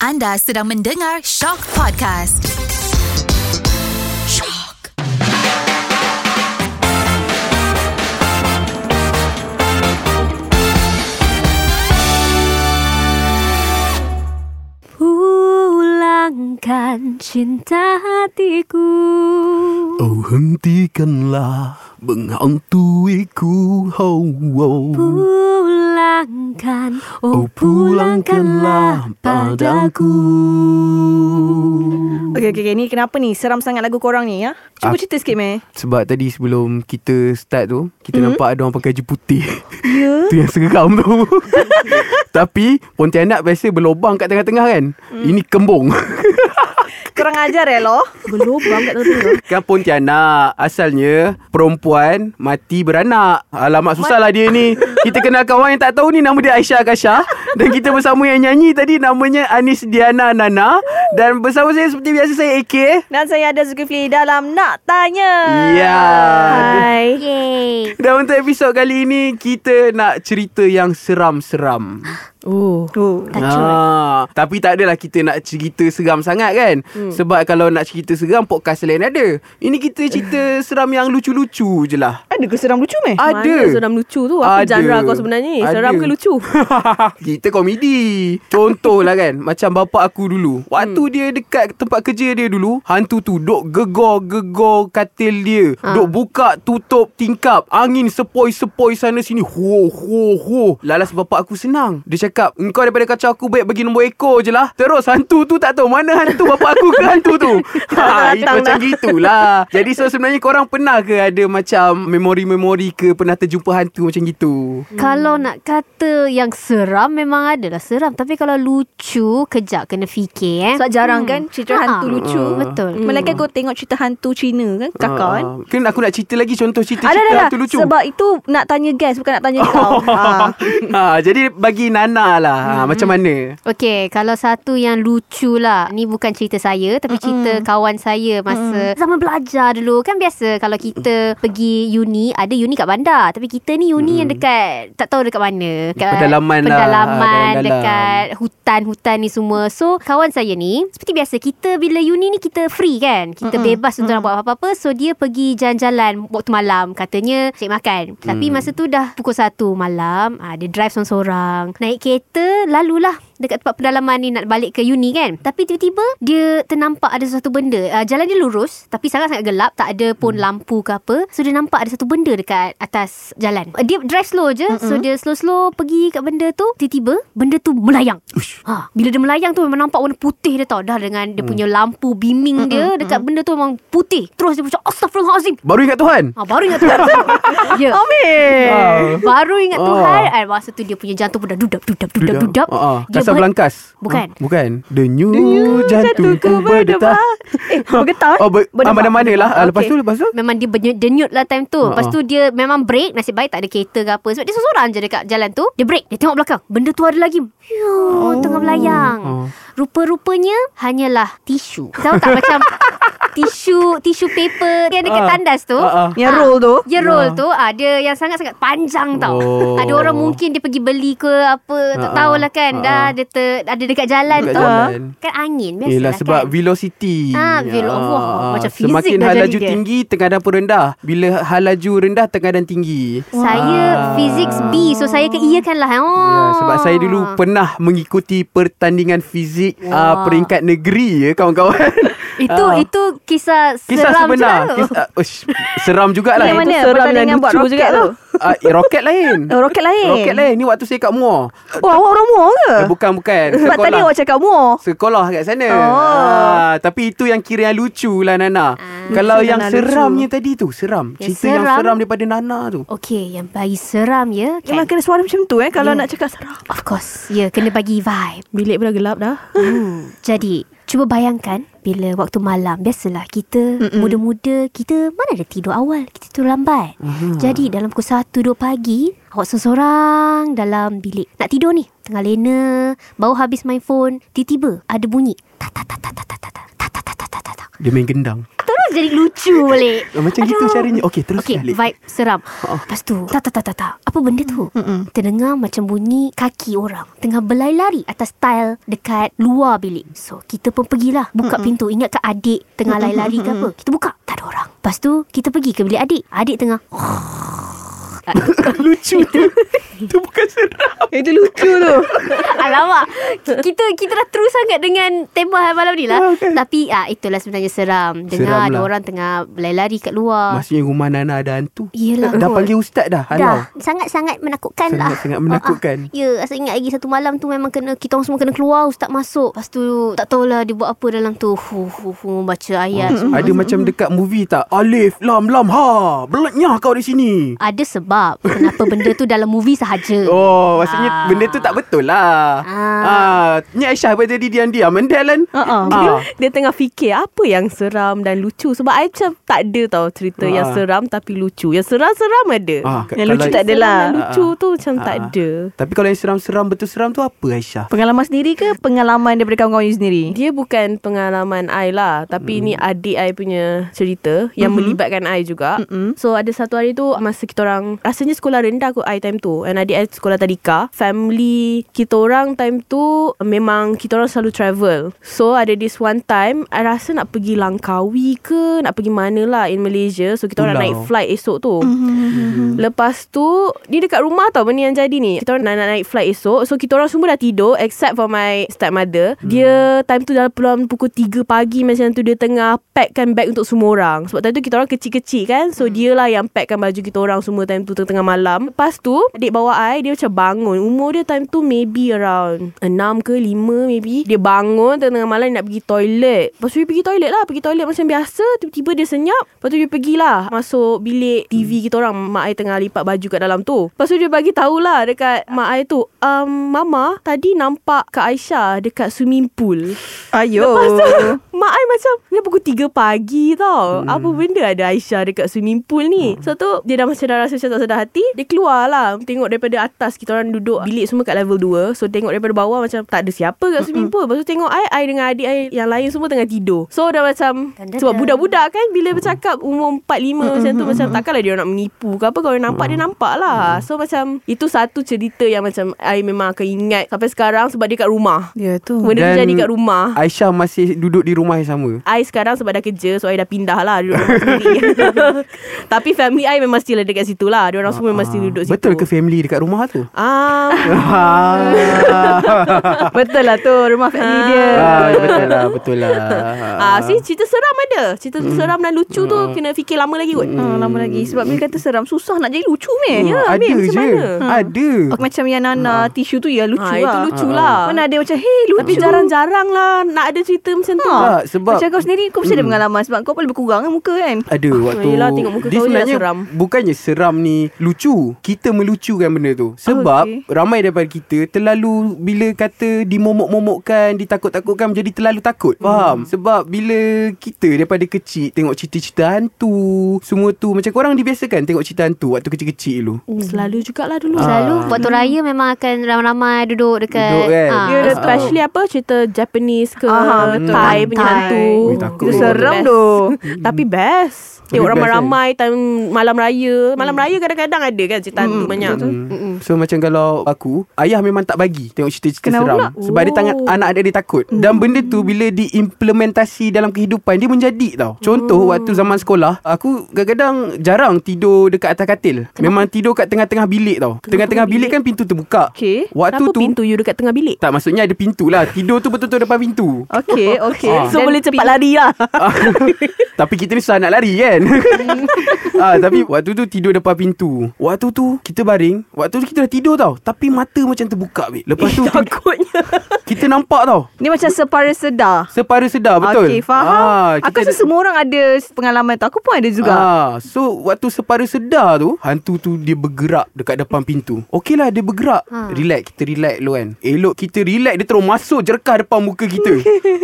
Anda sedang mendengar Shock Podcast. Shock. Pulangkan cinta hatiku Oh hentikanlah menghantuiku oh, oh. Pulangkan, oh pulangkanlah padaku Okay, okay, okay. Ni kenapa ni? Seram sangat lagu korang ni, ya? Cuba Ah. cerita sikit, meh. Sebab tadi sebelum kita start tu Kita mm-hmm. nampak ada orang pakai baju putih Ya. Tu yang seram tu Tapi Pontianak biasa berlobang kat tengah-tengah kan mm. Ini kembung Kurang ajar, eh, loh. Berlubang kat telinga. Kan Pontianak Asalnya Perempuan Mati beranak Alamak susahlah dia ni Kita kenalkan orang yang tak tahu ni Nama dia Aisyah Akasha Dan kita bersama yang nyanyi tadi Namanya Anis Diana Nana Dan bersama saya seperti biasa saya AK Dan saya ada Zulkifli dalam Nak Tanya. Ya. Hai. Yeay Dan untuk episod kali ini Kita nak cerita yang seram-seram Oh Oh. Ah, tapi tak adalah kita nak cerita seram sangat kan hmm. Sebab kalau nak cerita seram Podcast lain ada Ini kita cerita seram yang lucu-lucu je lah Ada ke seram lucu, meh? Ada Mana seram lucu tu Apa Ada. Ada. genre kau sebenarnya ni? Seram Ada. ke lucu? Kita komedi Contohlah kan Macam bapa aku dulu Waktu hmm. dia dekat tempat kerja dia dulu Hantu tu duk gegor-gegor katil dia ha. Duk buka tutup tingkap Angin sepoi-sepoi sana sini Ho ho ho Lalas bapa aku senang Dia cakap Engkau daripada kacau aku Baik bagi nombor ekor je lah Terus hantu tu tak tahu Mana hantu bapa aku ke hantu tu ha, itu, datang Macam gitulah Jadi so sebenarnya korang pernah ke Ada macam memori-memori ke Pernah terjumpa hantu macam gitu Kalau nak kata yang seram Memang adalah seram Tapi kalau lucu Kejap kena fikir eh Sebab jarang kan cerita Ha-ha. hantu lucu. Betul Hmm. Melainkan Hmm. kau tengok cerita hantu Cina kan kakak kan Ah, Kan aku nak cerita lagi contoh cerita Ah, Ada cerita dah hantu lucu. Sebab itu nak tanya guys Bukan nak tanya kau ha. ha, jadi bagi Nana lah. Ha, Hmm. macam mana? Okey, kalau satu yang lucu lah. Ni bukan cerita saya tapi cerita kawan saya masa Mm-mm. zaman belajar dulu. Kan biasa kalau kita pergi uni, ada uni kat bandar. Tapi kita ni uni yang dekat tak tahu dekat mana. Kat Pedalaman lah. Pedalaman Dalam-dalam. dekat hutan-hutan ni semua. So, kawan saya ni seperti biasa kita bila uni ni kita free kan. Kita Mm-mm. bebas untuk nak buat apa-apa. So, dia pergi jalan-jalan waktu malam. Katanya cik makan. Tapi masa tu dah pukul 1 malam. Ha, dia drive sorang-sorang. Naik kereta lalulah dekat tempat pedalaman ni nak balik ke uni kan tapi tiba-tiba dia ternampak ada sesuatu benda uh, jalan dia lurus tapi sangat-sangat gelap tak ada pun lampu ke apa so dia nampak ada satu benda dekat atas jalan Uh, dia drive slow je mm-hmm. so dia slow-slow pergi kat benda tu tiba-tiba benda tu melayang Ush. ha bila dia melayang tu memang nampak warna putih dia tau dah dengan dia punya lampu beaming dia dekat benda tu memang putih terus dia macam astagfirullahalazim Baru ingat Tuhan. ha baru ingat Tuhan ya Amir Ha. baru ingat Ah. Tuhan ah. masa tu dia punya jantung pun dah dudap dudap dudap dudap Ha, ha. Dia Kasar ber- belangkas. Bukan. Ha, bukan. The new, the new jantungku berdetak. Eh bergetar Oh, ber- Berdebar. ah, mana-mana lah. Ah, lepas Okey. tu, lepas tu. Memang dia bernyut, denyut lah time tu Lepas tu dia memang break Nasib baik tak ada kereta ke apa Sebab dia seorang je dekat jalan tu Dia break Dia tengok belakang Benda tu ada lagi Yo, oh. Tengah melayang Oh. oh. Rupa-rupanya Hanyalah tisu Tahu tak macam Tisu Tisu paper Yang dekat Ah. tandas tu Ah, ah. Yang roll tu Ya roll tu ah, Dia yang sangat-sangat panjang tau Ha. Oh. Ada orang mungkin dia pergi beli ke apa Tak Ah, tahulah kan ah, ah. Dah dia ter, ada dekat jalan Dekat tu jalan. Kan angin biasalah Yelah sebab kan velocity Ah, velo- wah, macam fizik Semakin dah halaju jadi dia. tinggi Tekanan pun rendah Bila halaju rendah Tekanan tinggi Ah. Saya physics B So saya keiakanlah oh. Ya, sebab saya dulu Ah. Ah. pernah mengikuti pertandingan fizik uh, peringkat negeri ya kawan-kawan. Itu Ah. itu kisah, Kisah seram sebenar. juga tu Kisah, uh, ush, lah seram jugalah. Yang Itu mana seram dan Pertandingan buat lucu roket juga tu tu. Uh, roket lain. Oh, Roket lain Roket lain. Ni waktu saya kat Muar. Oh awak orang muar ke Eh, bukan, bukan. Sebab tadi awak cakap muar Sekolah kat sana Oh. ah, Tapi itu yang kira yang lucu lah Nana Ah. Kalau Lucu, Ya, yang Nana, seramnya tadi tu Seram Yang Cerita yang seram. seram daripada Nana tu Okey, yang bagi seram ya. Memang Kan? kena suara macam tu eh Kalau nak cakap seram Of course. Ya, kena bagi vibe. Bilik pun dah gelap dah Hmm. Jadi, cuba bayangkan bila waktu malam biasalah kita Mm-mm. muda-muda, kita mana ada tidur awal, kita tidur lambat. Mhm. Jadi dalam pukul 1 2 pagi, awak seorang dalam bilik nak tidur ni, tengah lena, baru habis main phone, tiba-tiba ada bunyi. Ta ta ta ta ta ta ta ta ta ta ta ta ta. Dia main gendang Terus jadi lucu balik Ah, macam gitu caranya. Okey, terus okay, balik. vibe seram Lepas tu Tak tak tak tak, tak. Apa benda tu Mm-mm. Terdengar macam bunyi Kaki orang Tengah belai lari Atas tile Dekat luar bilik So kita pun pergilah Buka Mm-mm. pintu Ingat ke adik Tengah lari-lari ke apa Kita buka Tak ada orang Lepas tu Kita pergi ke bilik adik Adik tengah Lucu tu Itu bukan seram Itu lucu tu Alamak Kita kita dah terus sangat Dengan tema malam ni lah Tapi ah, Itulah sebenarnya seram Dengar Seram ada lah. orang tengah Lari-lari kat Ah. luar Maksudnya rumah Nana ada hantu Yelah, Dah kot. panggil ustaz dah Halau Dah Sangat-sangat menakutkan lah Sangat-sangat menakutkan. Ah, ah. Ya Saya ingat lagi satu malam tu Memang kena Kita orang semua kena keluar Ustaz masuk Lepas tu Tak tahulah dia buat apa dalam tu Hu hu hu Baca ayat semua. Ada macam dekat movie tak Alif Lam Lam Ha Belaknya kau di sini Ada sebab Kenapa benda tu dalam movie Mm. sahaja Oh Maksudnya Ah. benda tu tak betul lah Ah. ah. Ni Aisyah apa jadi diam-diam Mendel kan Uh-uh. Ah. Dia, dia tengah fikir apa yang seram dan lucu Sebab I macam tak ada tau cerita Ah. yang seram tapi lucu Yang seram-seram ada Ah, Yang kalau- lucu tak ada Seram lah dan Lucu tu macam tak Ah. ada Tapi kalau yang seram-seram Betul seram tu apa Aisyah Ah. Pengalaman sendiri ke pengalaman daripada kawan-kawan you sendiri? Dia bukan pengalaman I lah Tapi ni adik I punya cerita Yang mm-hmm. melibatkan I juga mm-hmm. So ada satu hari tu Masa kita orang Rasanya sekolah rendah kot I time tu And adik I sekolah tadika Family kita orang time tu Memang kita orang selalu travel So ada this one time I rasa nak pergi Langkawi ke Nak pergi mana lah in Malaysia So kita orang nak Pulau. naik flight esok tu mm-hmm. Lepas tu Dia dekat rumah tau benda yang jadi ni Kita orang nak, nak naik flight esok So kita orang semua dah tidur Except for my stepmother hmm. Dia time tu dalam peluang pukul 3 pagi Macam tu dia tengah packkan bag untuk semua orang Sebab time tu kita orang kecil-kecil kan So hmm. dia lah yang packkan baju kita orang semua Time tu tengah-tengah malam Lepas tu adik bawa I Dia macam bangun Umur dia time tu maybe around 6 ke 5 maybe Dia bangun tengah-tengah malam dia nak pergi toilet Lepas tu dia pergi toilet lah Pergi toilet macam biasa Tiba-tiba dia senyap Lepas tu dia pergilah Masuk bilik TV kita orang Mak I tengah lipat baju kat dalam tu Lepas tu dia bagi tahulah Dekat mak I tu um, Mama tadi nampak Kak Aisyah Dekat swimming pool Ayo. Mak I macam Dia pukul 3 pagi tau Oh. hmm. Apa benda ada Aisyah Dekat swimming pool ni hmm. So tu Dia dah macam dah rasa Macam tak sedar hati Dia keluar lah Tengok daripada atas Kita orang duduk Bilik semua kat level 2 So tengok daripada bawah Macam tak ada siapa Kat swimming pool Lepas tu tengok I I dengan adik I Yang lain semua tengah tidur So dah macam Tanda-tanda. Sebab budak-budak kan Bila bercakap Umur 4-5 Macam tu Macam takkanlah dia orang nak menipu ke apa Kalau dia nampak Dia nampak lah So macam Itu satu cerita yang macam I memang akan ingat Sampai sekarang Sebab dia kat rumah Ya tu. Benda tu jadi kat rumah Aisyah masih duduk di rumah yang sama I sekarang sebab dah kerja So I dah pindah lah Duduk rumah sendiri Tapi family I memang still ada kat situ lah Dia orang semua memang still duduk situ Betul ke family dekat rumah tu Ha. Ah, ah, Betul lah tu rumah family dia. ah, betul lah betul lah. ah, see, cerita seram ada Cerita Hmm. seram dan lucu tu Kena fikir lama lagi kot Ah, lama lagi sebab bila kata seram susah nak jadi lucu meh. Ya, Hmm, ada Amir, macam je. mana? Hmm. Ada. Okay. Macam yang Nana tisu tu ya lucu ah, Itu lah. lucu Ah, lah Mana ada macam hey lucu. Tapi jarang-jarang lah Nak ada cerita macam tu Tak, sebab- Hmm. Macam kau sendiri Kau mesti ada pengalaman Sebab kau pun lebih kurang kan muka kan Ada waktu Ah, yelah, tengok muka Dia kau je dah sebenarnya seram. Bukannya seram ni Lucu Kita melucukan benda tu Ah, Sebab Okey. okay. Ramai daripada kita Terlalu Bila kata Dimomok-momokkan Ditakut-takutkan Menjadi terlalu takut Hmm. Faham? Sebab bila Kita daripada kecil Tengok cerita-cerita hantu Semua tu Macam korang dibiasakan Tengok cerita hantu Waktu kecil-kecil dulu Selalu jugalah dulu Ah. Selalu waktu raya memang akan ramai-ramai duduk dekat Duduk kan? ah. Ya, especially apa cerita Japanese ke Ah, betul. Thai punya Thai. hantu. Ui, takut. Itu Ui, seram best. tu. Tapi best. best, Tengok kan? ramai-ramai time malam raya. Malam raya kadang-kadang ada kan cerita hantu banyak. Mm. So macam kalau aku Ayah memang tak bagi Tengok cerita-cerita Kenapa seram pula? Sebab dia tangan anak dia, dia takut Dan benda tu Bila diimplementasi dalam kehidupan Dia menjadi tau Contoh waktu zaman sekolah Aku kadang-kadang jarang tidur dekat atas katil Memang tidur kat tengah-tengah bilik tau Tengah-tengah bilik? kan pintu terbuka Okay. Waktu Kenapa tu pintu you dekat tengah bilik? Tak maksudnya ada pintu lah Tidur tu betul-betul depan pintu Okay okay So boleh cepat lari lah. Ah, Tapi kita ni susah nak lari kan ah, Tapi waktu tu tidur depan pintu Waktu tu kita baring Waktu tu kita dah tidur tau Tapi mata macam terbuka babe. Lepas Eh, tu Takutnya. kita nampak tau Ni macam separa sedar Separa sedar betul Ah, Okay faham Aku kita rasa ada- semua orang ada pengalaman tu Aku pun ada juga Ah, so waktu separa sedar tu Hantu tu dia bergerak Dekat depan pintu Okey lah dia bergerak ha. Relax Kita relax dulu kan Elok kita relax Dia terus masuk jerkah depan muka kita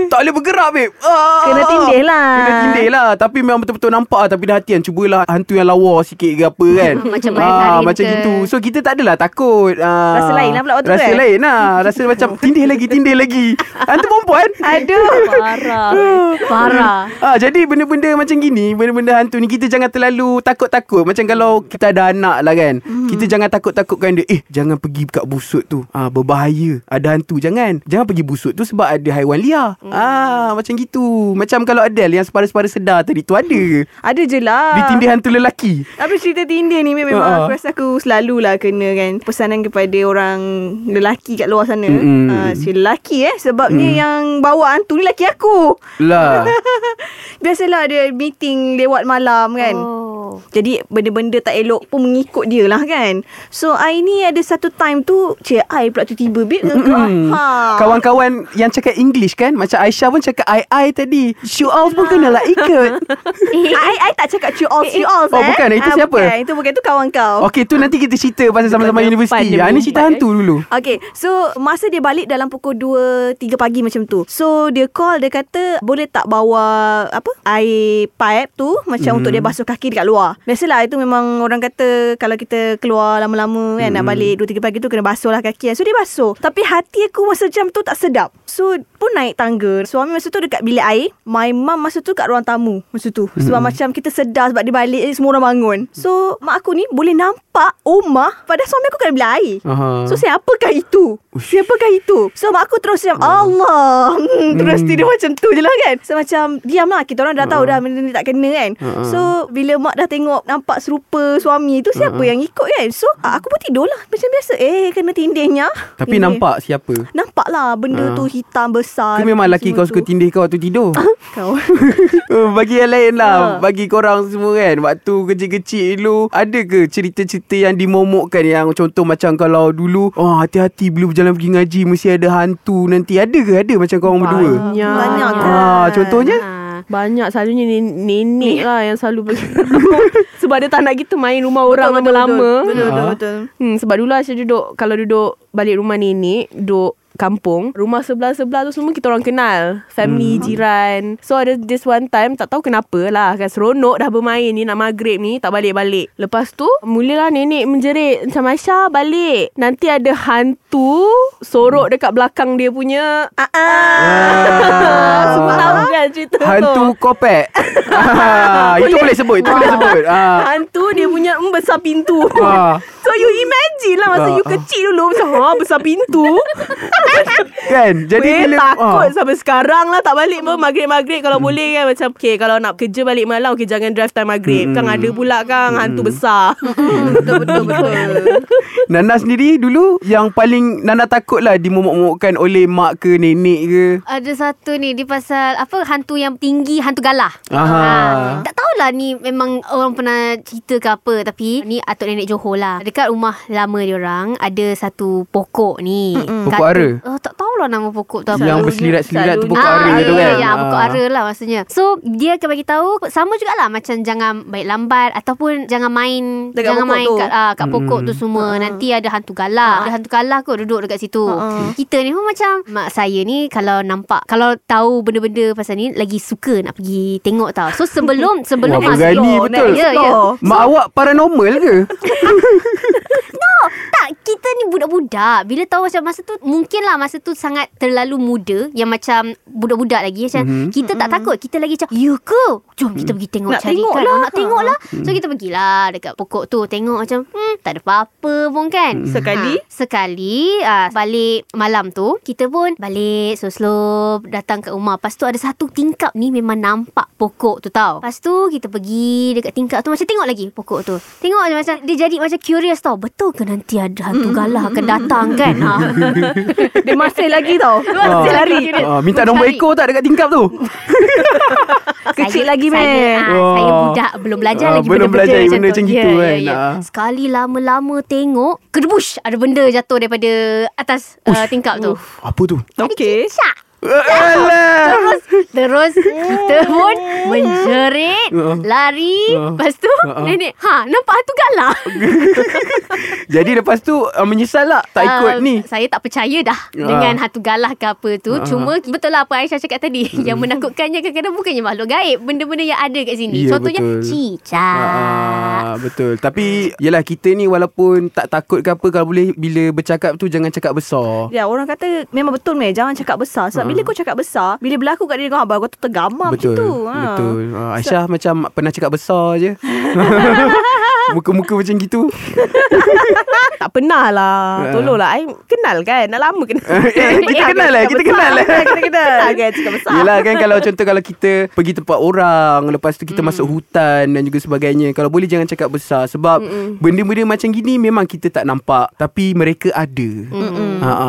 Tak boleh bergerak babe ah, Kena tindih lah Kena Ah. tindih lah Tapi memang betul-betul nampak lah Tapi dah hatian Cubalah hantu yang lawa sikit ke apa kan Macam Ah, bayang-bayang Macam ke. gitu So kita tak adalah takut ah, Rasa lain lah pula waktu tu, Rasa eh? lain lah Rasa macam tindih lagi Tindih lagi Hantu perempuan Aduh Parah Parah Ah, jadi benda-benda macam gini Benda-benda hantu ni Kita jangan terlalu takut-takut Macam kalau kita ada anak lah kan Hmm. mm. Kita jangan takut-takutkan dia Eh jangan pergi kat busut tu ah, Berbahaya Ada hantu Jangan Jangan pergi busut tu Sebab ada haiwan liar Hmm. mm. ah, Macam gitu Macam kalau Adele Yang separa-separa sedar tadi tu ada ke? Ada je lah Ditindih hantu lelaki Tapi cerita Tinder ni memang Ha, ha. uh-huh. aku rasa aku selalulah kena kan pesanan kepada orang lelaki kat luar sana. Mm-mm. Mm. Ha, si lelaki eh sebabnya yang bawa hantu ni lelaki aku. Lah Biasalah dia meeting lewat malam kan. Oh Jadi benda-benda tak elok pun mengikut dia lah kan. So I ni ada satu time tu cik I pula tiba-tiba babe Mm. ha. Kawan-kawan yang cakap English kan Macam Aisyah pun cakap I-I tadi Show off pun kenalah ikut I, I tak cakap you all you all Oh, eh. bukan. Itu Ah, siapa? Bukan. Itu bukan itu kawan kau. Okay tu nanti kita cerita Pasal sama-sama Depan universiti dia ah, Ni cerita mumpat, hantu dulu Okay So masa dia balik Dalam pukul 2 3 pagi macam tu So dia call Dia kata Boleh tak bawa Apa Air pipe tu Macam untuk dia basuh kaki Dekat luar Biasalah itu memang Orang kata Kalau kita keluar lama-lama kan Nak balik 2-3 pagi tu Kena basuh lah kaki So dia basuh Tapi hati aku Masa jam tu tak sedap So pun naik tangga Suami masa tu dekat bilik air My mum masa tu Kat ruang tamu Masa tu Sebab macam kita sedar Sebab dia balik eh, Semua orang bangun So mak aku ni Boleh nampak Omah Padahal suami aku kat bilik air Aha. So siapakah itu? Ush. Siapakah itu? So mak aku terus macam Ah. Allah hmm, Terus tidur macam tu je lah kan So macam diam lah Kita orang dah Ah. tahu dah benda ni tak kena kan Ha. So bila mak dah tengok Nampak serupa suami tu Ah. Siapa yang ikut kan So aku pun tidur lah Macam biasa Eh kena tindihnya Tapi Tindih. nampak siapa Nampak lah benda Ha. tu hitam besar Ke memang laki Ah, semua kau suka tu. tindih kau waktu tidur Kau Eh, Bagi yang lain lah Bagi korang semua kan Waktu kecil-kecil dulu Ada ke cerita-cerita yang dimomokkan Yang contoh macam kalau dulu Oh hati-hati bila berjalan pergi ngaji Mesti ada hantu nanti Ada ke ada macam korang berdua Banyak Banyak kan Ah, Contohnya Ah. Banyak selalunya nen- nenek lah yang selalu pergi Sebab dia tak nak kita main rumah orang Betul, betul, lama-lama Betul betul Ha. betul hmm, Sebab dulu Aisyah duduk Kalau duduk balik rumah nenek Duduk kampung Rumah sebelah-sebelah tu semua kita orang kenal Family, hmm. jiran So ada this one time Tak tahu kenapa lah kan Seronok dah bermain ni Nak maghrib ni Tak balik-balik Lepas tu Mulalah nenek menjerit Macam Aisyah balik Nanti ada hantu Sorok dekat belakang dia punya Ah, ah. Ah. Semua tahu kan cerita tu Hantu kopek Ah, Itu boleh sebut Itu boleh sebut Ah. Hantu dia punya mm, besar pintu. Ah. So you imagine lah masa Ah, you ah. kecil dulu macam ha besar pintu. Kan Jadi Weh bila ah. takut Hmm. sampai sekarang lah tak balik pun maghrib-maghrib kalau boleh kan macam okay kalau nak kerja balik malam okay jangan drive time maghrib. Kang Hmm. ada pula kang hantu besar. Betul betul betul Nana sendiri dulu Yang paling Nana takut lah Dimomok-momokkan oleh mak ke nenek ke Ada satu ni Dia pasal Apa hantu yang tinggi Hantu galah Aha. ha. Tak tahulah ni Memang orang pernah Cerita ke apa Tapi Ni atuk nenek Johor lah Dekat rumah lama dia orang Ada satu pokok ni Pokok ara? oh, Tak tahulah nama pokok tu apa Yang berselirat-selirat tu pokok Ah, ya, ara tu kan Ya, pokok Ah. ara lah maksudnya. So, dia akan bagi tahu sama jugalah macam jangan baik lambat ataupun jangan main Dekat jangan pokok main tu. Ha. kat ah, Hmm. kat pokok tu semua. Nanti ada hantu galak. Ada hantu galak kot duduk dekat situ. ha. Kita ni pun macam mak saya ni kalau nampak kalau tahu benda-benda pasal ni lagi suka nak pergi tengok tau. So, sebelum sebelum Wah, berani explore, betul. Ya, ya. Mak awak paranormal ke? Tak, kita ni budak-budak. Bila tahu macam masa tu, mungkinlah masa tu sangat terlalu muda. Yang macam budak-budak lagi. Macam mm-hmm. kita tak takut. Kita lagi macam, ya ke? Jom kita pergi tengok Nak cari tengok kan. lah. Nak tengok lah. So, kita pergilah dekat pokok tu. Tengok macam, hmm, tak ada apa-apa pun kan. Sekali? Ha, sekali uh, balik malam tu, kita pun balik slow-slow datang kat rumah. Lepas tu ada satu tingkap ni memang nampak pokok tu tau. Lepas tu kita pergi dekat tingkap tu macam tengok lagi pokok tu. Tengok je macam dia jadi macam curious tau. Betul ke nanti ada hantu galah akan datang kan? Ha. Dia masih lagi tau Masih Ah. lari Ah, minta nombor Mencari. ekor tak dekat tingkap tu? Kecil Saya- lagi saya, meh ah, Wah. saya budak Belum belajar Ah, lagi belum benda-benda belajar macam benda tu. macam Ya, gitu ya, kan. ya. Ah. Sekali lama-lama tengok Kedebush Ada benda jatuh daripada Atas uh, tingkap tu Apa tu? Okay Cicak Eh, Alah. Terus Terus Kita pun Menjerit Uh-uh. Lari Uh-uh. Lepas tu Uh-uh. Nenek Ha nampak tu galah Jadi lepas tu uh, menyesal lah tak Ah, ikut ni. Saya tak percaya dah Ah. dengan hantu galah ke apa tu. Ah. Cuma betul lah apa Aisyah cakap tadi. Uh-huh. yang menakutkannya kadang-kadang bukannya makhluk gaib, benda-benda yang ada kat sini. Ya, Contohnya betul. cicak. Ah, betul. Tapi yelah kita ni walaupun tak takut ke apa kalau boleh bila bercakap tu jangan cakap besar. Ya orang kata Memang betul meh Jangan cakap besar Sebab bila kau cakap besar Bila berlaku kat diri kau Abang kau tu tergamam Ah. betul. macam tu ha. Betul. Ah, Aisyah macam pernah cakap besar je. Muka-muka macam gitu. Tak pernah lah Ah. Tolonglah I kenal kan Dah lama kenal Eh, kita kenal lah, kita kenal lah. Kita kenal Besar kan cakap besar Yelah kan kalau contoh kalau kita pergi tempat orang Lepas tu kita masuk hutan dan juga sebagainya Kalau boleh jangan cakap besar Sebab benda-benda macam gini memang kita tak nampak Tapi mereka ada ha, ha.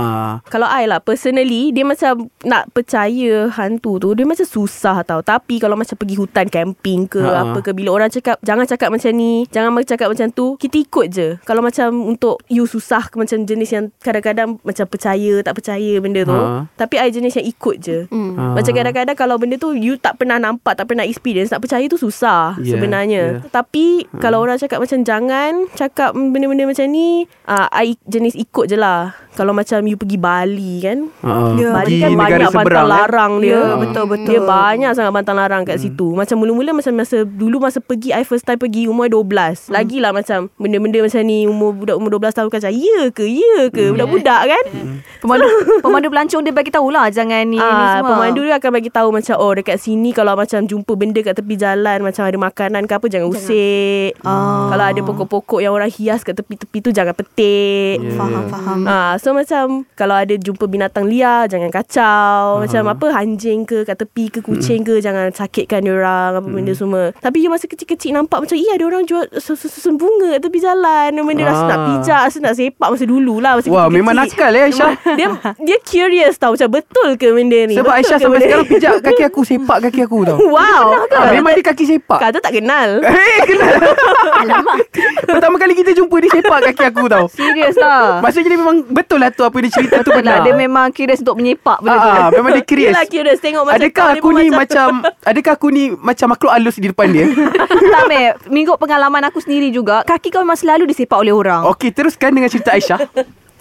Kalau I lah Personally Dia macam Nak percaya hantu tu Dia macam susah tau Tapi kalau macam pergi hutan Camping ke Ha. Apa ke Bila orang cakap Jangan cakap macam ni Jangan cakap macam tu Kita ikut je Kalau macam untuk You susah ke Macam jenis yang Kadang-kadang Macam percaya Tak percaya benda tu Ha. Tapi I jenis yang ikut je Ha. Macam kadang-kadang Kalau benda tu You tak pernah nampak Tak pernah experience Nak percaya tu susah Yeah, yeah, Sebenarnya yeah. yeah. Hmm. Tapi Kalau orang cakap macam Jangan cakap benda-benda macam ni uh, I jenis ikut je lah Kalau macam You pergi Bali kan Ha, ha. Ya, Bali Pergi kan banyak bantang eh. larang dia Ya, betul, betul. Dia banyak sangat bantang larang kat situ Macam mula-mula macam masa Dulu masa pergi I first time pergi umur 12 Hmm. Lagilah macam Benda-benda macam ni Umur budak umur 12 tahun kan macam Ya ke ya ke Hmm. Budak-budak kan Pemandu Pemandu pelancong dia bagi tahulah Jangan ni, ni Ah, semua pemandu dia akan bagi tahu macam oh dekat sini kalau macam jumpa benda kat tepi jalan macam ada makanan ke apa jangan usik. Ah. Kalau ada pokok-pokok yang orang hias kat tepi-tepi tu jangan petik. Ya. Faham faham Ah, so macam kalau ada jumpa binatang liar jangan kacau. Macam apa anjing ke kat tepi ke kucing ke jangan sakitkan dia orang apa Mm. benda semua. Tapi you masa kecil-kecil nampak macam iya ada orang jual susun bunga kat tepi jalan. Benda rasa nak Ah. pijak, rasa nak sepak masa dululah masa Wah kecil-kecil. memang nakal eh Aisyah dia dia curious tau macam betul ke benda ni Sebab Betul Aisyah ke sampai benda ni? sekarang pijak kaki aku Sepak kaki aku tau Wow ha, Memang dia kaki sepak Kata tak kenal Eh kenal Alamak. Pertama kali kita jumpa dia sepak kaki aku tau Serius lah Maksudnya dia memang betul lah tu Apa dia cerita tu Betul benar lah Dia memang curious untuk menyepak benda tu Ah, ah, memang dia curious. Yelah curious Tengok macam Adakah kau ni aku pun ni macam, Adakah aku ni Macam makhluk halus di depan dia Tak meh Minggu pengalaman aku sendiri juga Kaki kau memang selalu disepak oleh orang Okey teruskan dengan cerita Aisyah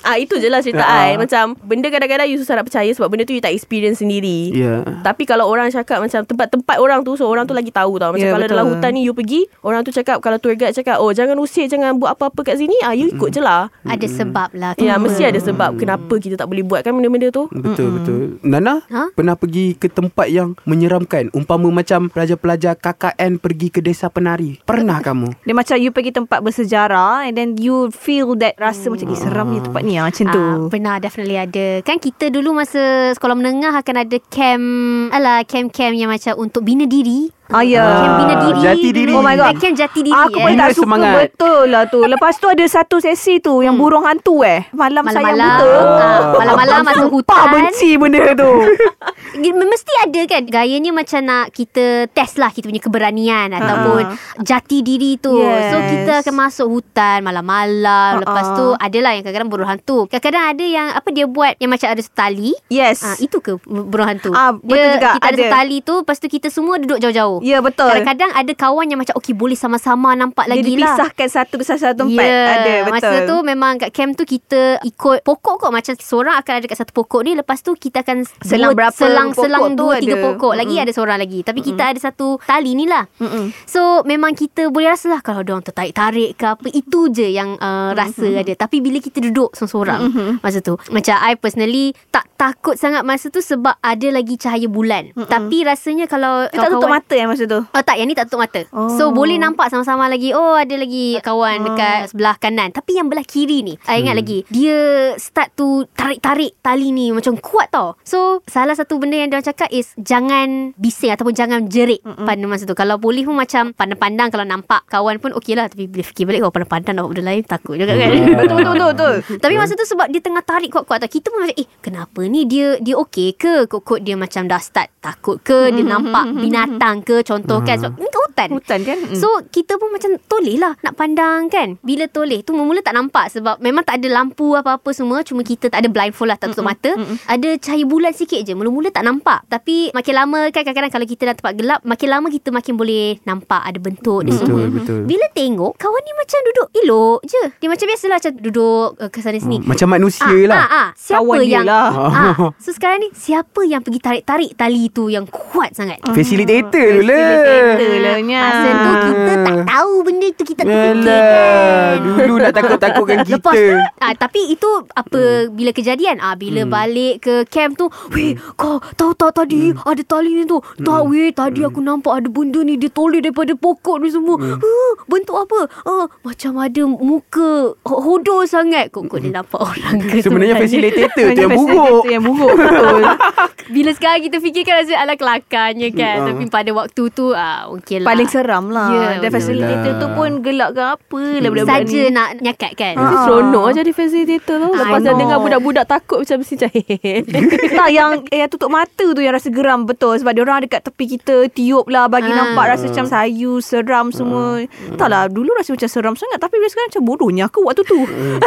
Ah itu je lah cerita Ah. I Macam benda kadang-kadang you susah nak percaya Sebab benda tu you tak experience sendiri Ya. Tapi kalau orang cakap macam tempat-tempat orang tu So orang tu lagi tahu tau Macam Ya, yeah, kalau betul. dalam hutan ni you pergi Orang tu cakap Kalau tour guide cakap Oh jangan usik Jangan buat apa-apa kat sini Hmm. ah You ikut je lah Ada sebab lah. Ya kenapa. mesti ada sebab Kenapa kita tak boleh buat kan benda-benda tu Betul betul Nana Ha? Pernah pergi ke tempat yang Menyeramkan Umpama macam Pelajar-pelajar KKN Pergi ke desa penari Pernah kamu Dia macam you pergi tempat bersejarah And then you feel that Rasa macam Eh seramnya tempat ni ah, Macam tu Ah, pernah definitely ada. Kan kita dulu masa sekolah menengah akan ada camp alah camp-camp yang macam untuk bina diri. Ah, ya. Camp bina Ah, diri. jati diri. Oh my god. Camp jati diri. Aku eh. pun tak Bina suka semangat. Betul lah tu Lepas tu ada satu sesi tu Yang burung hantu eh Malam, sayang Malam-malam buta ah, Malam-malam masuk Pak hutan benci benda tu Dia Mesti ada kan Gayanya macam nak Kita test lah Kita punya keberanian Ataupun Jati diri tu Yes. So kita akan masuk hutan Malam-malam Ha-ha. Lepas tu Adalah yang kadang-kadang burung hantu Kadang-kadang ada yang Apa dia buat Yang macam ada tali Yes Ah, itu ke burung hantu? Ah, betul dia, juga, Kita ada, ada. tali tu Lepas tu kita semua duduk jauh-jauh Ya betul Kadang-kadang ada kawan yang macam Okey boleh sama-sama nampak lagi Dia lah dipisahkan satu ke satu tempat Ada betul Ya, Masa tu memang kat camp tu kita ikut pokok kot macam seorang akan ada kat satu pokok ni lepas tu kita akan Selang berapa selang pokok selang tu dua tiga ada. pokok lagi ada seorang lagi tapi kita ada satu tali ni lah. So memang kita boleh rasa lah kalau dia orang tertarik-tarik ke apa itu je yang uh, rasa ada tapi bila kita duduk seorang-seorang masa tu macam I personally tak takut sangat masa tu sebab ada lagi cahaya bulan tapi rasanya kalau Dia tak tutup kawan- mata eh masa tu Oh tak, yang ni tak tutup mata. Oh. So boleh nampak sama-sama lagi. Oh ada lagi kawan dekat sebelah kanan. Tapi yang belah kiri ni, I ingat lagi. Dia start tu tarik-tarik tali ni macam kuat tau. So salah satu benda yang dia cakap is jangan bising ataupun jangan jerit Mm-mm. pada masa tu. Kalau boleh pun macam pandang-pandang kalau nampak kawan pun okey lah. Tapi bila fikir balik kalau pandang-pandang nak buat benda lain takut juga kan. Betul betul betul, betul. Tapi masa tu sebab dia tengah tarik kuat-kuat tau. Kita pun macam eh kenapa ni dia dia okey ke? Kok-kok dia macam dah start takut ke? Dia nampak binatang ke? Contoh kan sebab ni kat hutan hutan. Hutan kan? Mm. So kita pun macam toleh lah nak pandang kan. Bila toleh tu mula-mula tak nampak sebab memang tak ada lampu apa-apa semua. Cuma kita tak ada blindfold lah tak tutup mata. Ada cahaya bulan sikit je. Mula-mula tak nampak. Tapi makin lama kan kadang-kadang kalau kita dalam tempat gelap makin lama kita makin boleh nampak ada bentuk dia semua. Hmm, Betul betul. Bila tengok Kawan ni macam duduk Elok je Dia macam biasalah Macam duduk uh, Kesana sini Hmm, macam manusia Ah, lah. ah, ah. Siapa Kawan dia yang lah. ah. So sekarang ni Siapa yang pergi tarik-tarik Tali tu yang kuat sangat Facilitator tu lah. Facilitator lah nya. Masa tu kita tak tahu Benda tu kita kan? terfikir Alah, Ah. dulu nak takut-takutkan Lepas kita. Hmm. tu ah, Tapi itu Apa Bila kejadian ah Bila balik ke camp tu Weh Hmm. kau Tahu tak tadi Ada tali ni tu Tak weh Tadi aku nampak ada benda ni Dia toleh daripada pokok ni semua Hmm. huh, Bentuk apa Ah, Macam ada muka ho- Hodor sangat Kok kok dia nampak orang ke Hmm. Sebenarnya facilitator tu yang buruk. Facilitator yang buruk betul. Bila sekarang kita fikirkan Asyik ala kelakarnya kan Hmm, ah. Tapi pada waktu tu ah, Okay lah Paling seram lah Ya, yeah, Dan betul. facilitator tu pun gelak ke apa lah budak-budak Hmm. Saja ni nak nyakat kan Ah, Tapi seronok lah jadi facilitator tu Lepas dah Ah. know. dengar budak-budak takut macam mesti macam hehehe tak yang eh, tutup mata tu yang rasa geram betul sebab dia orang dekat tepi kita tiup lah bagi Ah. nampak rasa macam sayu Ah. seram semua. Tak lah dulu rasa macam seram sangat tapi bila sekarang macam bodohnya aku waktu tu. Hmm.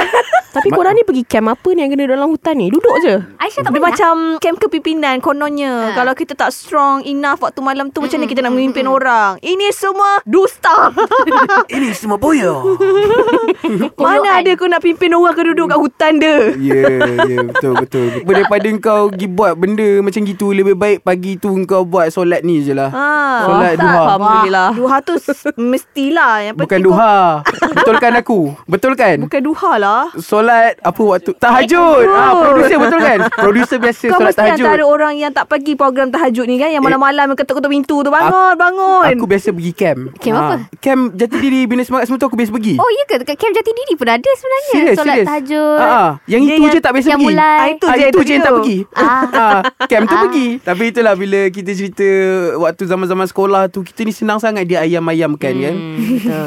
Tapi korang ni pergi camp apa ni yang kena dalam hutan ni? Duduk je. Aisyah tak Dia pernah macam camp kepimpinan kononnya. Ah. Kalau kita tak strong enough waktu malam tu macam mana kita nak memimpin orang? Ini semua dusta. Ini semua boya. Mana kan? ada aku nak pimpin orang kau duduk kat hutan dia. Ya, ya betul betul. Daripada kau pergi buat benda macam gitu lebih baik pagi tu kau buat solat ni je lah. Ah. solat duha. Alhamdulillah. Duha tu s- mestilah yang Bukan penting kau- duha. Betulkan aku. Betulkan. Bukan duha lah. Solat apa waktu tahajud. Ah producer betul kan? Producer biasa Kau solat mesti tahajud. antara orang yang tak pergi program tahajud ni kan Yang Eh. malam-malam yang ketuk-ketuk pintu tu Bangun, bangun Aku biasa pergi camp. Ah. Camp apa? Camp jati diri bina semangat semua tu aku biasa pergi. Oh iya ke Dekat camp jati diri pun ada sebenarnya Serius, Solat serius. tahajud Ah, ah. Yang Dia itu je tak biasa yang pergi. Mulai, Ah, itu Ah, je itu je yang tak tu. pergi. Ah. Ah, camp tu Ah. pergi. Tapi itulah bila kita cerita waktu zaman-zaman sekolah tu kita ni senang sangat dia ayam-ayamkan kan.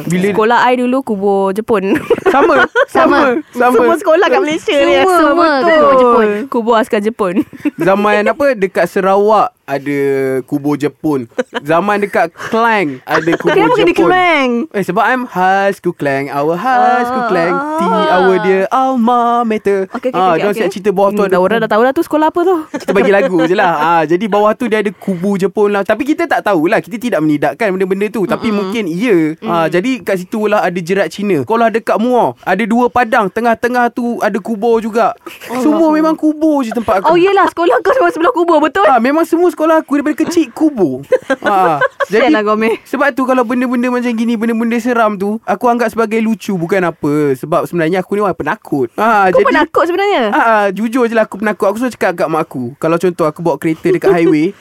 Bila Sekolah I dulu kubur Jepun. sama sama sama. Semua sekolah kat Malaysia ni Semua, semua kubur betul. Jepun. Kubur askar Jepun. Zaman apa dekat Sarawak ada kubur Jepun. Zaman dekat Klang ada kubur Kenapa kena Jepun. kemeng? Eh sebab I'm high school clang Our high school clang T our dia Alma mater Ah, Okay, okay, ah, okay, Diorang okay. siap cerita bawah tu Hmm, ada dah orang dah tahu lah tu sekolah apa tu. Kita bagi lagu je lah ah, Jadi bawah tu dia ada kubu Jepun lah Tapi kita tak tahulah Kita tidak menidakkan benda-benda tu Tapi mungkin iya ah, Jadi kat situ lah ada jerat Cina Sekolah dekat Muar Ada dua padang Tengah-tengah tu ada kubur juga Semua memang kubur je tempat aku Oh yelah sekolah kau semua sebelah kubur betul? Ah, memang semua sekolah aku daripada kecil kubur. ah, jadi lah, Gomeh. sebab tu kalau benda-benda macam gini, benda-benda seram tu, aku anggap sebagai lucu bukan apa. Sebab sebenarnya aku ni orang penakut. Ah, Kau jadi penakut sebenarnya? Ah, ah, jujur je lah aku penakut Aku selalu cakap kat mak aku Kalau contoh aku bawa kereta dekat highway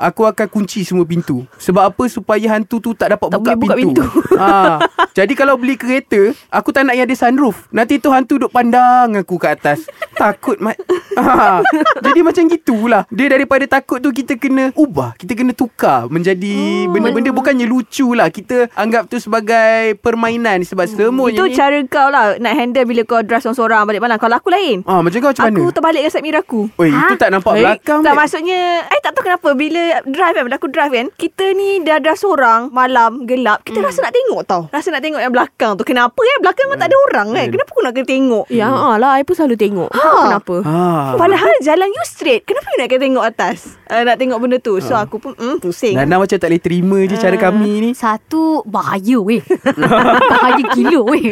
Aku akan kunci semua pintu Sebab apa supaya hantu tu tak dapat Tak buka, boleh buka pintu, ah, Jadi kalau beli kereta Aku tak nak yang ada sunroof Nanti tu hantu duk pandang aku ke atas Takut mat ah, Jadi macam gitulah Dia daripada takut tu kita kena ubah Kita kena tukar Menjadi benda-benda bukannya lucu lah Kita anggap tu sebagai permainan Sebab semuanya Itu ni cara kau lah nak handle bila kau drive seorang-seorang balik malam Kalau aku lain ah, Macam kau macam mana? Aku terbalik dengan Samira aku Eh, Oi, itu tak nampak belakang Tak mate. maksudnya I tak tahu kenapa Bila drive kan Bila aku drive kan Kita ni dah dah seorang Malam gelap Hmm. Kita rasa nak tengok tau Rasa nak tengok yang belakang tu Kenapa kan Belakang memang tak ada orang Eh. kan Kenapa aku nak kena tengok Hmm. Ya ah lah I pun selalu tengok. Ha. Kenapa? Ah. Padahal jalan you straight Kenapa you nak kena tengok atas uh, Nak tengok benda tu Ah. So aku pun mm, pusing Nana macam tak boleh terima je cara kami ni. Satu bahaya weh. bahaya gila weh.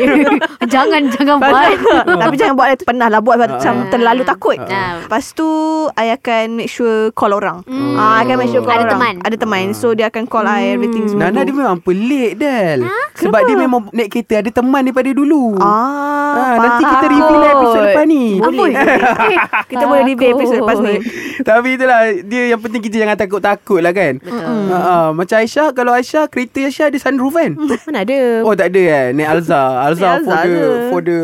jangan jangan buat. Tapi jangan buat itu Pernah lah buat Macam Ah. terlalu takut Ah. Lepas tu I akan make sure Call orang Ah, I akan make sure call Hmm. Ada orang teman. Hmm. Ada teman So dia akan call I Everything semua Nana dia memang pelik Del. Sebab dia memang naik kereta ada teman daripada dulu. Ah, Ah, nanti kita faham. reveal episod lepas ni. Ah. Boleh. kita boleh reveal episode lepas ni. Tapi itulah dia yang penting kita jangan takut-takut lah kan. Betul. Ha, macam Aisyah kalau Aisyah kereta Aisyah ada sunroof kan? Mana ada. Oh tak ada kan Naik Alza Alza Naik for Alza the ada. For the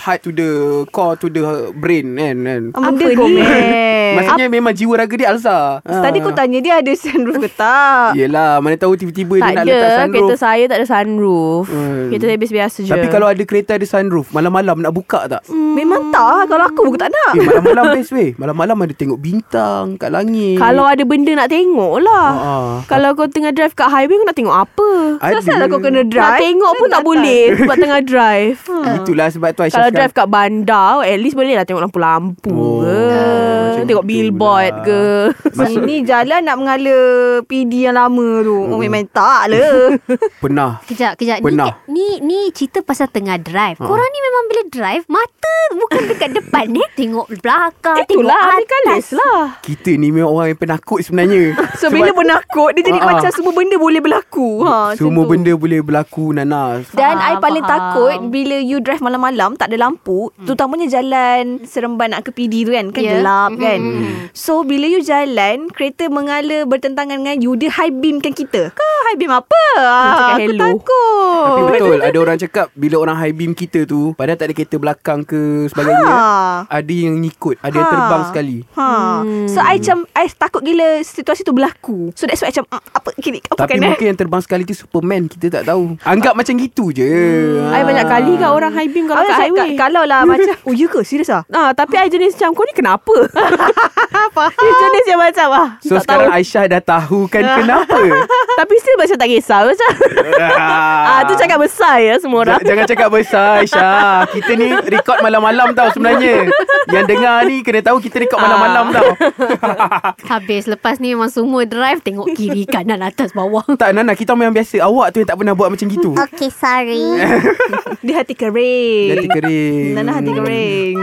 Heart to the Core to the Brain kan, kan. Benda Apa ni? gomel. Maksudnya memang jiwa raga dia Alza Ah. Ya. Tadi kau tanya dia ada sunroof ke tak? Yelah mana tahu tiba-tiba dia Tak nak ada lah letak sunroof Kereta saya tak ada sunroof sunroof. Hmm. Hmm. Kereta terbis biasa je. Tapi kalau ada kereta ada sunroof Malam-malam nak buka tak? Memang tak lah. Kalau aku bukan tak nak. Eh malam-malam best weh Malam-malam ada tengok bintang Kat langit kalau ada benda nak tengok lah. Ha, ha. Kalau kau tengah drive kat highway kau nak tengok apa? Ada. Kenapa kau kena Nak drive? tengok pun tak boleh sebab tengah drive. Itulah sebab tu Aisyah Kalau sekarang- drive kat bandar At least boleh lah tengok lampu-lampu Oh, oh, ke macam Tengok tu billboard lah. ke Masuk- Ini jalan nak mengala PD yang lama tu. Hmm. Oh, memang tak lah. Pernah Kejap, kejap. Pernah. Ni, ni, ni cerita pasal tengah drive. Korang ni memang bila drive, mata bukan dekat depan eh. Tengok belakang, tengok Itulah atas. Ambil kalis lah Kita ni memang orang yang penakut sebenarnya So bila penakut Dia jadi Ah, ah. macam semua benda boleh berlaku ha, macam Semua tu. benda boleh berlaku Nana Dan Faham, I paling faham. takut Bila you drive malam-malam Tak ada lampu hmm. Terutamanya jalan Seremban nak ke PD tu kan Kan Ya. yeah. gelap kan So bila you jalan Kereta mengala Bertentangan dengan you Dia high beamkan kita Kau high beam apa cakap ah, Aku hello. Oh. takut Tapi betul Ada orang cakap Bila orang high beam kita tu Padahal tak ada kereta belakang ke Sebagainya Ha. Ada yang ngikut Ada yang Ha. terbang sekali Ha. Hmm. So I macam I takut gila situasi tu berlaku. So that's why I macam mm, apa kiri apa Tapi kanan. mungkin yang terbang sekali tu Superman Kita tak tahu Anggap macam gitu je ha. I banyak kali kan orang high beam Kalau Awak kat Ah, cakap, highway Kalau lah macam Oh you ke? Serius ah? Ah, tapi I jenis macam Kau ni kenapa Dia jenis yang macam ah, So tak sekarang tahu. Aisyah dah tahu kan kenapa Tapi still macam tak kisah Macam ah, Tu cakap besar ya semua orang J- jangan cakap besar Aisyah Kita ni record malam-malam tau sebenarnya Yang dengar ni kena tahu kita record malam-malam Ah. tau Habis lepas ni memang semua drive tengok kiri kanan atas bawah. Tak Nana kita memang biasa Awak tu yang tak pernah buat macam gitu Okay, sorry. Dia hati kering. Hati kering Nana hati kering.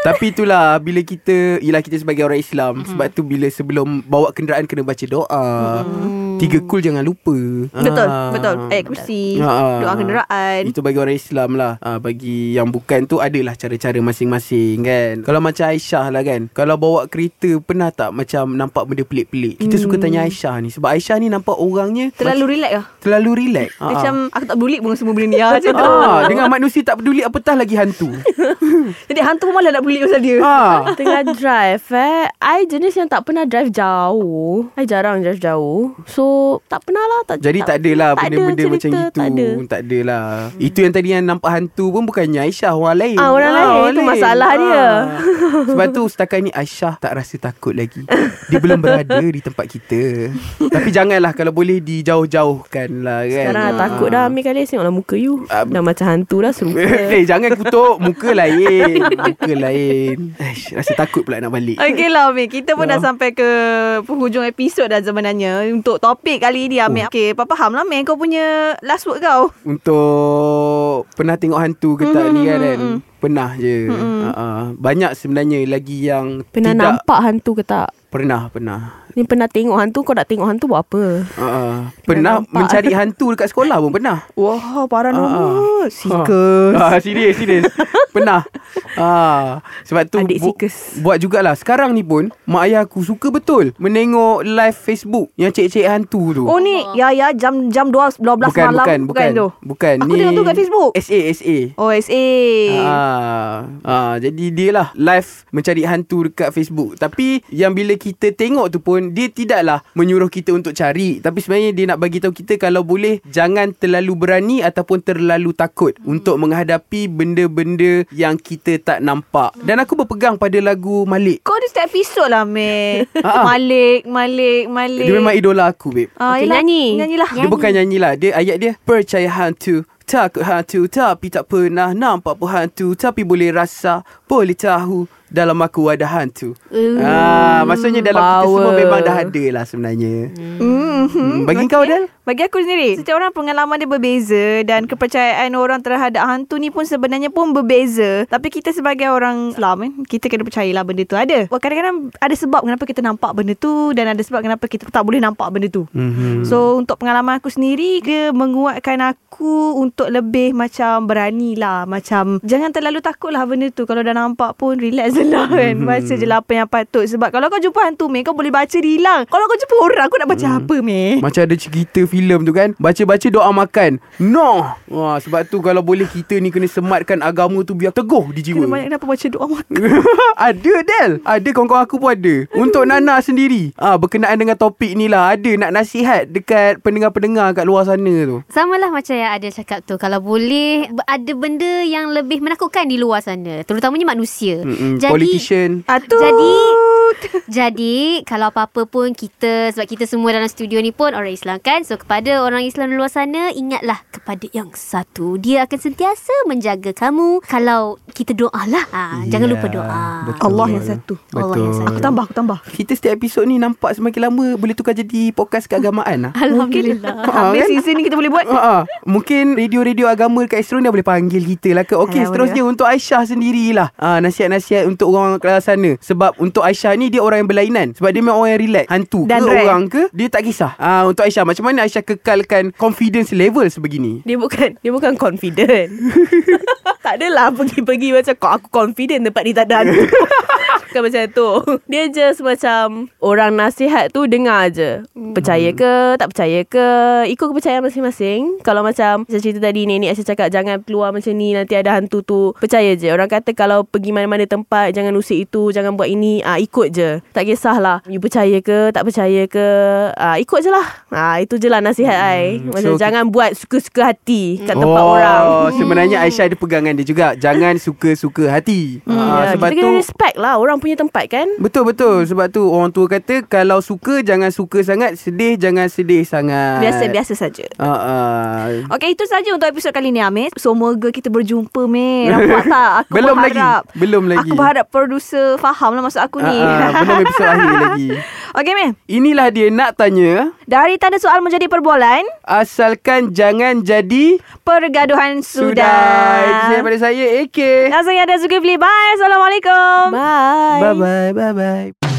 Tapi itulah Bila kita Yelah kita sebagai orang Islam Sebab tu bila sebelum Bawa kenderaan kena baca doa Tiga kul jangan lupa Betul, Ah. betul. Eh, Ayat kursi, Ah, ah. doa kenderaan. Itu bagi orang Islam lah ha, Bagi yang bukan tu Adalah cara-cara masing-masing kan Kalau macam Aisyah lah kan Kalau bawa kereta Pernah tak macam Nampak benda pelik-pelik Kita suka tanya Aisyah ni Sebab Aisyah ni nampak orangnya Hmm. Terlalu relax lah. mac- Terlalu relax Ha, ha. Macam aku tak peduli pun semua benda ni. Ah, macam tu. Ah, dengan manusia tak peduli apatah lagi hantu. Jadi hantu pun malah nak peduli pasal dia. ah. Tengah drive eh I jenis yang tak pernah drive jauh I jarang drive jauh So tak pernah lah tak, Jadi tak adalah tak ada benda-benda cerita, macam gitu. Tak ada Tak adalah. Itu yang tadi yang nampak hantu pun bukannya Aisyah, orang lain. Ah. Ah, orang lain. Itu masalah dia. Sebab tu setakat ni Aisyah tak rasa takut lagi. Dia belum berada di tempat kita. Tapi janganlah kalau boleh dijauh-jauhkan lah kan. Sekarang dah takut dah Ambil kali tengoklah muka you Ah, Dah macam hantu dah serupa Eh jangan kutuk Muka lain Muka lain Aish, Rasa takut pula nak balik Okey lah Amir Kita pun Ya. dah sampai ke Penghujung episod dah sebenarnya Untuk topik kali ni Amir oh. Okey Papa faham lah Amir Kau punya last word kau Untuk Pernah tengok hantu ke Mm-hmm, tak ni kan kan Pernah je Ah, ah. Banyak sebenarnya lagi yang Pernah tidak nampak hantu ke tak? Pernah Pernah Ni pernah tengok hantu Kau nak tengok hantu buat apa? Ah, ah. Pernah nampak. mencari hantu dekat sekolah pun pernah Wah paranormal. Sikus Ah, serius, serius. Pernah. Ah, sebab tu Adik bu- sikus. buat jugalah. Sekarang ni pun mak ayah aku suka betul menengok live Facebook yang cik-cik hantu tu. Oh ni Ya ya jam jam 12, 12 bukan, malam bukan, bukan, tu bukan. Aku ni tengok tu kat Facebook SA, SA. Oh SA Ah, ah, jadi dia lah live mencari hantu dekat Facebook. Tapi yang bila kita tengok tu pun dia tidaklah menyuruh kita untuk cari. Tapi sebenarnya dia nak bagi tahu kita kalau boleh jangan terlalu berani ataupun terlalu takut untuk menghadapi benda-benda yang kita tak nampak. Dan aku berpegang pada lagu Malik. Kau ada setiap episod lah Amir Ah, ah. Malik Malik Malik Dia memang idola aku, babe. ah, Okey, yelah, nyanyi. Nyanyilah Dia bukan nyanyi lah Dia ayat dia Percaya hantu Takut hantu Tapi tak pernah nampak pun hantu Tapi boleh rasa Boleh tahu Dalam aku ada hantu ah, Maksudnya dalam kita semua power. Memang dah ada lah sebenarnya hmm. Bagi kau Del Bagi aku sendiri Setiap orang pengalaman dia berbeza Dan kepercayaan orang terhadap hantu ni pun Sebenarnya pun berbeza Tapi kita sebagai orang Islam eh, Kita kena percayalah benda tu ada Kadang-kadang ada sebab kenapa kita nampak benda tu Dan ada sebab kenapa kita tak boleh nampak benda tu mm-hmm. So untuk pengalaman aku sendiri Dia menguatkan aku Untuk lebih macam berani lah Macam Jangan terlalu takut lah benda tu Kalau dah nampak pun relax je lah kan Baca je lah apa yang patut Sebab kalau kau jumpa hantu Meh Kau boleh baca dia hilang Kalau kau jumpa orang Kau nak baca apa Meh Macam ada cerita filem tu kan Baca-baca doa makan No Wah, Sebab tu kalau boleh kita ni Kena sematkan agama tu Biar teguh di jiwa Kena banyak kenapa baca doa makan ada Del Ada kawan-kawan aku pun ada Untuk Nana sendiri ah Berkenaan dengan topik ni lah Ada nak nasihat Dekat pendengar-pendengar Kat luar sana tu Sama lah macam yang ada cakap tu Kalau boleh b- Ada benda yang lebih menakutkan di luar sana Terutamanya manusia Mm-mm, Politician Atut Jadi Jadi Kalau apa-apa pun kita Sebab kita semua dalam studio ni pun Orang Islam kan So kepada orang Islam di luar sana Ingatlah kepada yang satu Dia akan sentiasa menjaga kamu Kalau kita doalah ha, Jangan Ya, lupa doa betul. Allah yang satu Betul. Allah yang satu. Aku tambah Aku tambah Kita setiap episod ni Nampak semakin lama Boleh tukar jadi Podcast keagamaan lah Alhamdulillah Ah, Habis kan? season ni kita boleh buat Ha, mungkin radio-radio agama dekat Astro ni dah boleh panggil kita lah ke. Okey, Alah, Ya, seterusnya untuk Aisyah sendirilah. Ah, nasihat-nasihat untuk orang kat sana. Sebab untuk Aisyah ni dia orang yang berlainan. Sebab dia memang orang yang relax. Hantu Dan ke rare. orang ke, dia tak kisah. Ah, untuk Aisyah macam mana Aisyah kekalkan confidence level sebegini? Dia bukan Dia bukan confident Tak adalah pergi-pergi Macam kau aku confident Tempat ni tak ada hantu Bukan macam tu Dia just macam Orang nasihat tu Dengar je Percaya ke Tak percaya ke Ikut kepercayaan masing-masing Kalau macam Macam cerita tadi Nenek Aisyah cakap Jangan keluar macam ni Nanti ada hantu tu Percaya je Orang kata kalau Pergi mana-mana tempat Jangan usik itu Jangan buat ini ah Ikut je Tak kisahlah You percaya ke Tak percaya ke ah, Ikut je lah ah, Itu je lah nasihat I Hmm, Macam So, jangan Jangan buat suka-suka hati kat tempat oh, orang. sebenarnya Aisyah ada pegangan dia juga. Jangan suka-suka hati. Hmm, ah, Ya, sebab kita tu kena respect lah orang punya tempat kan. Betul betul sebab tu orang tua kata kalau suka jangan suka sangat sedih jangan sedih sangat Biasa-biasa saja uh, uh. Okey itu saja untuk episod kali ni Amir Semoga kita berjumpa Meh Nampak tak Aku Belum berharap lagi. Belum lagi. Aku berharap producer faham lah maksud aku ni Ah, ah, belum episod akhir lagi. Okey Meh Inilah dia nak tanya Dari tanda soal menjadi perbualan Asalkan jangan jadi Pergaduhan Sudai sudah Daripada saya AK Langsung ada Zulkifli Bye Assalamualaikum Bye. Bye bye bye bye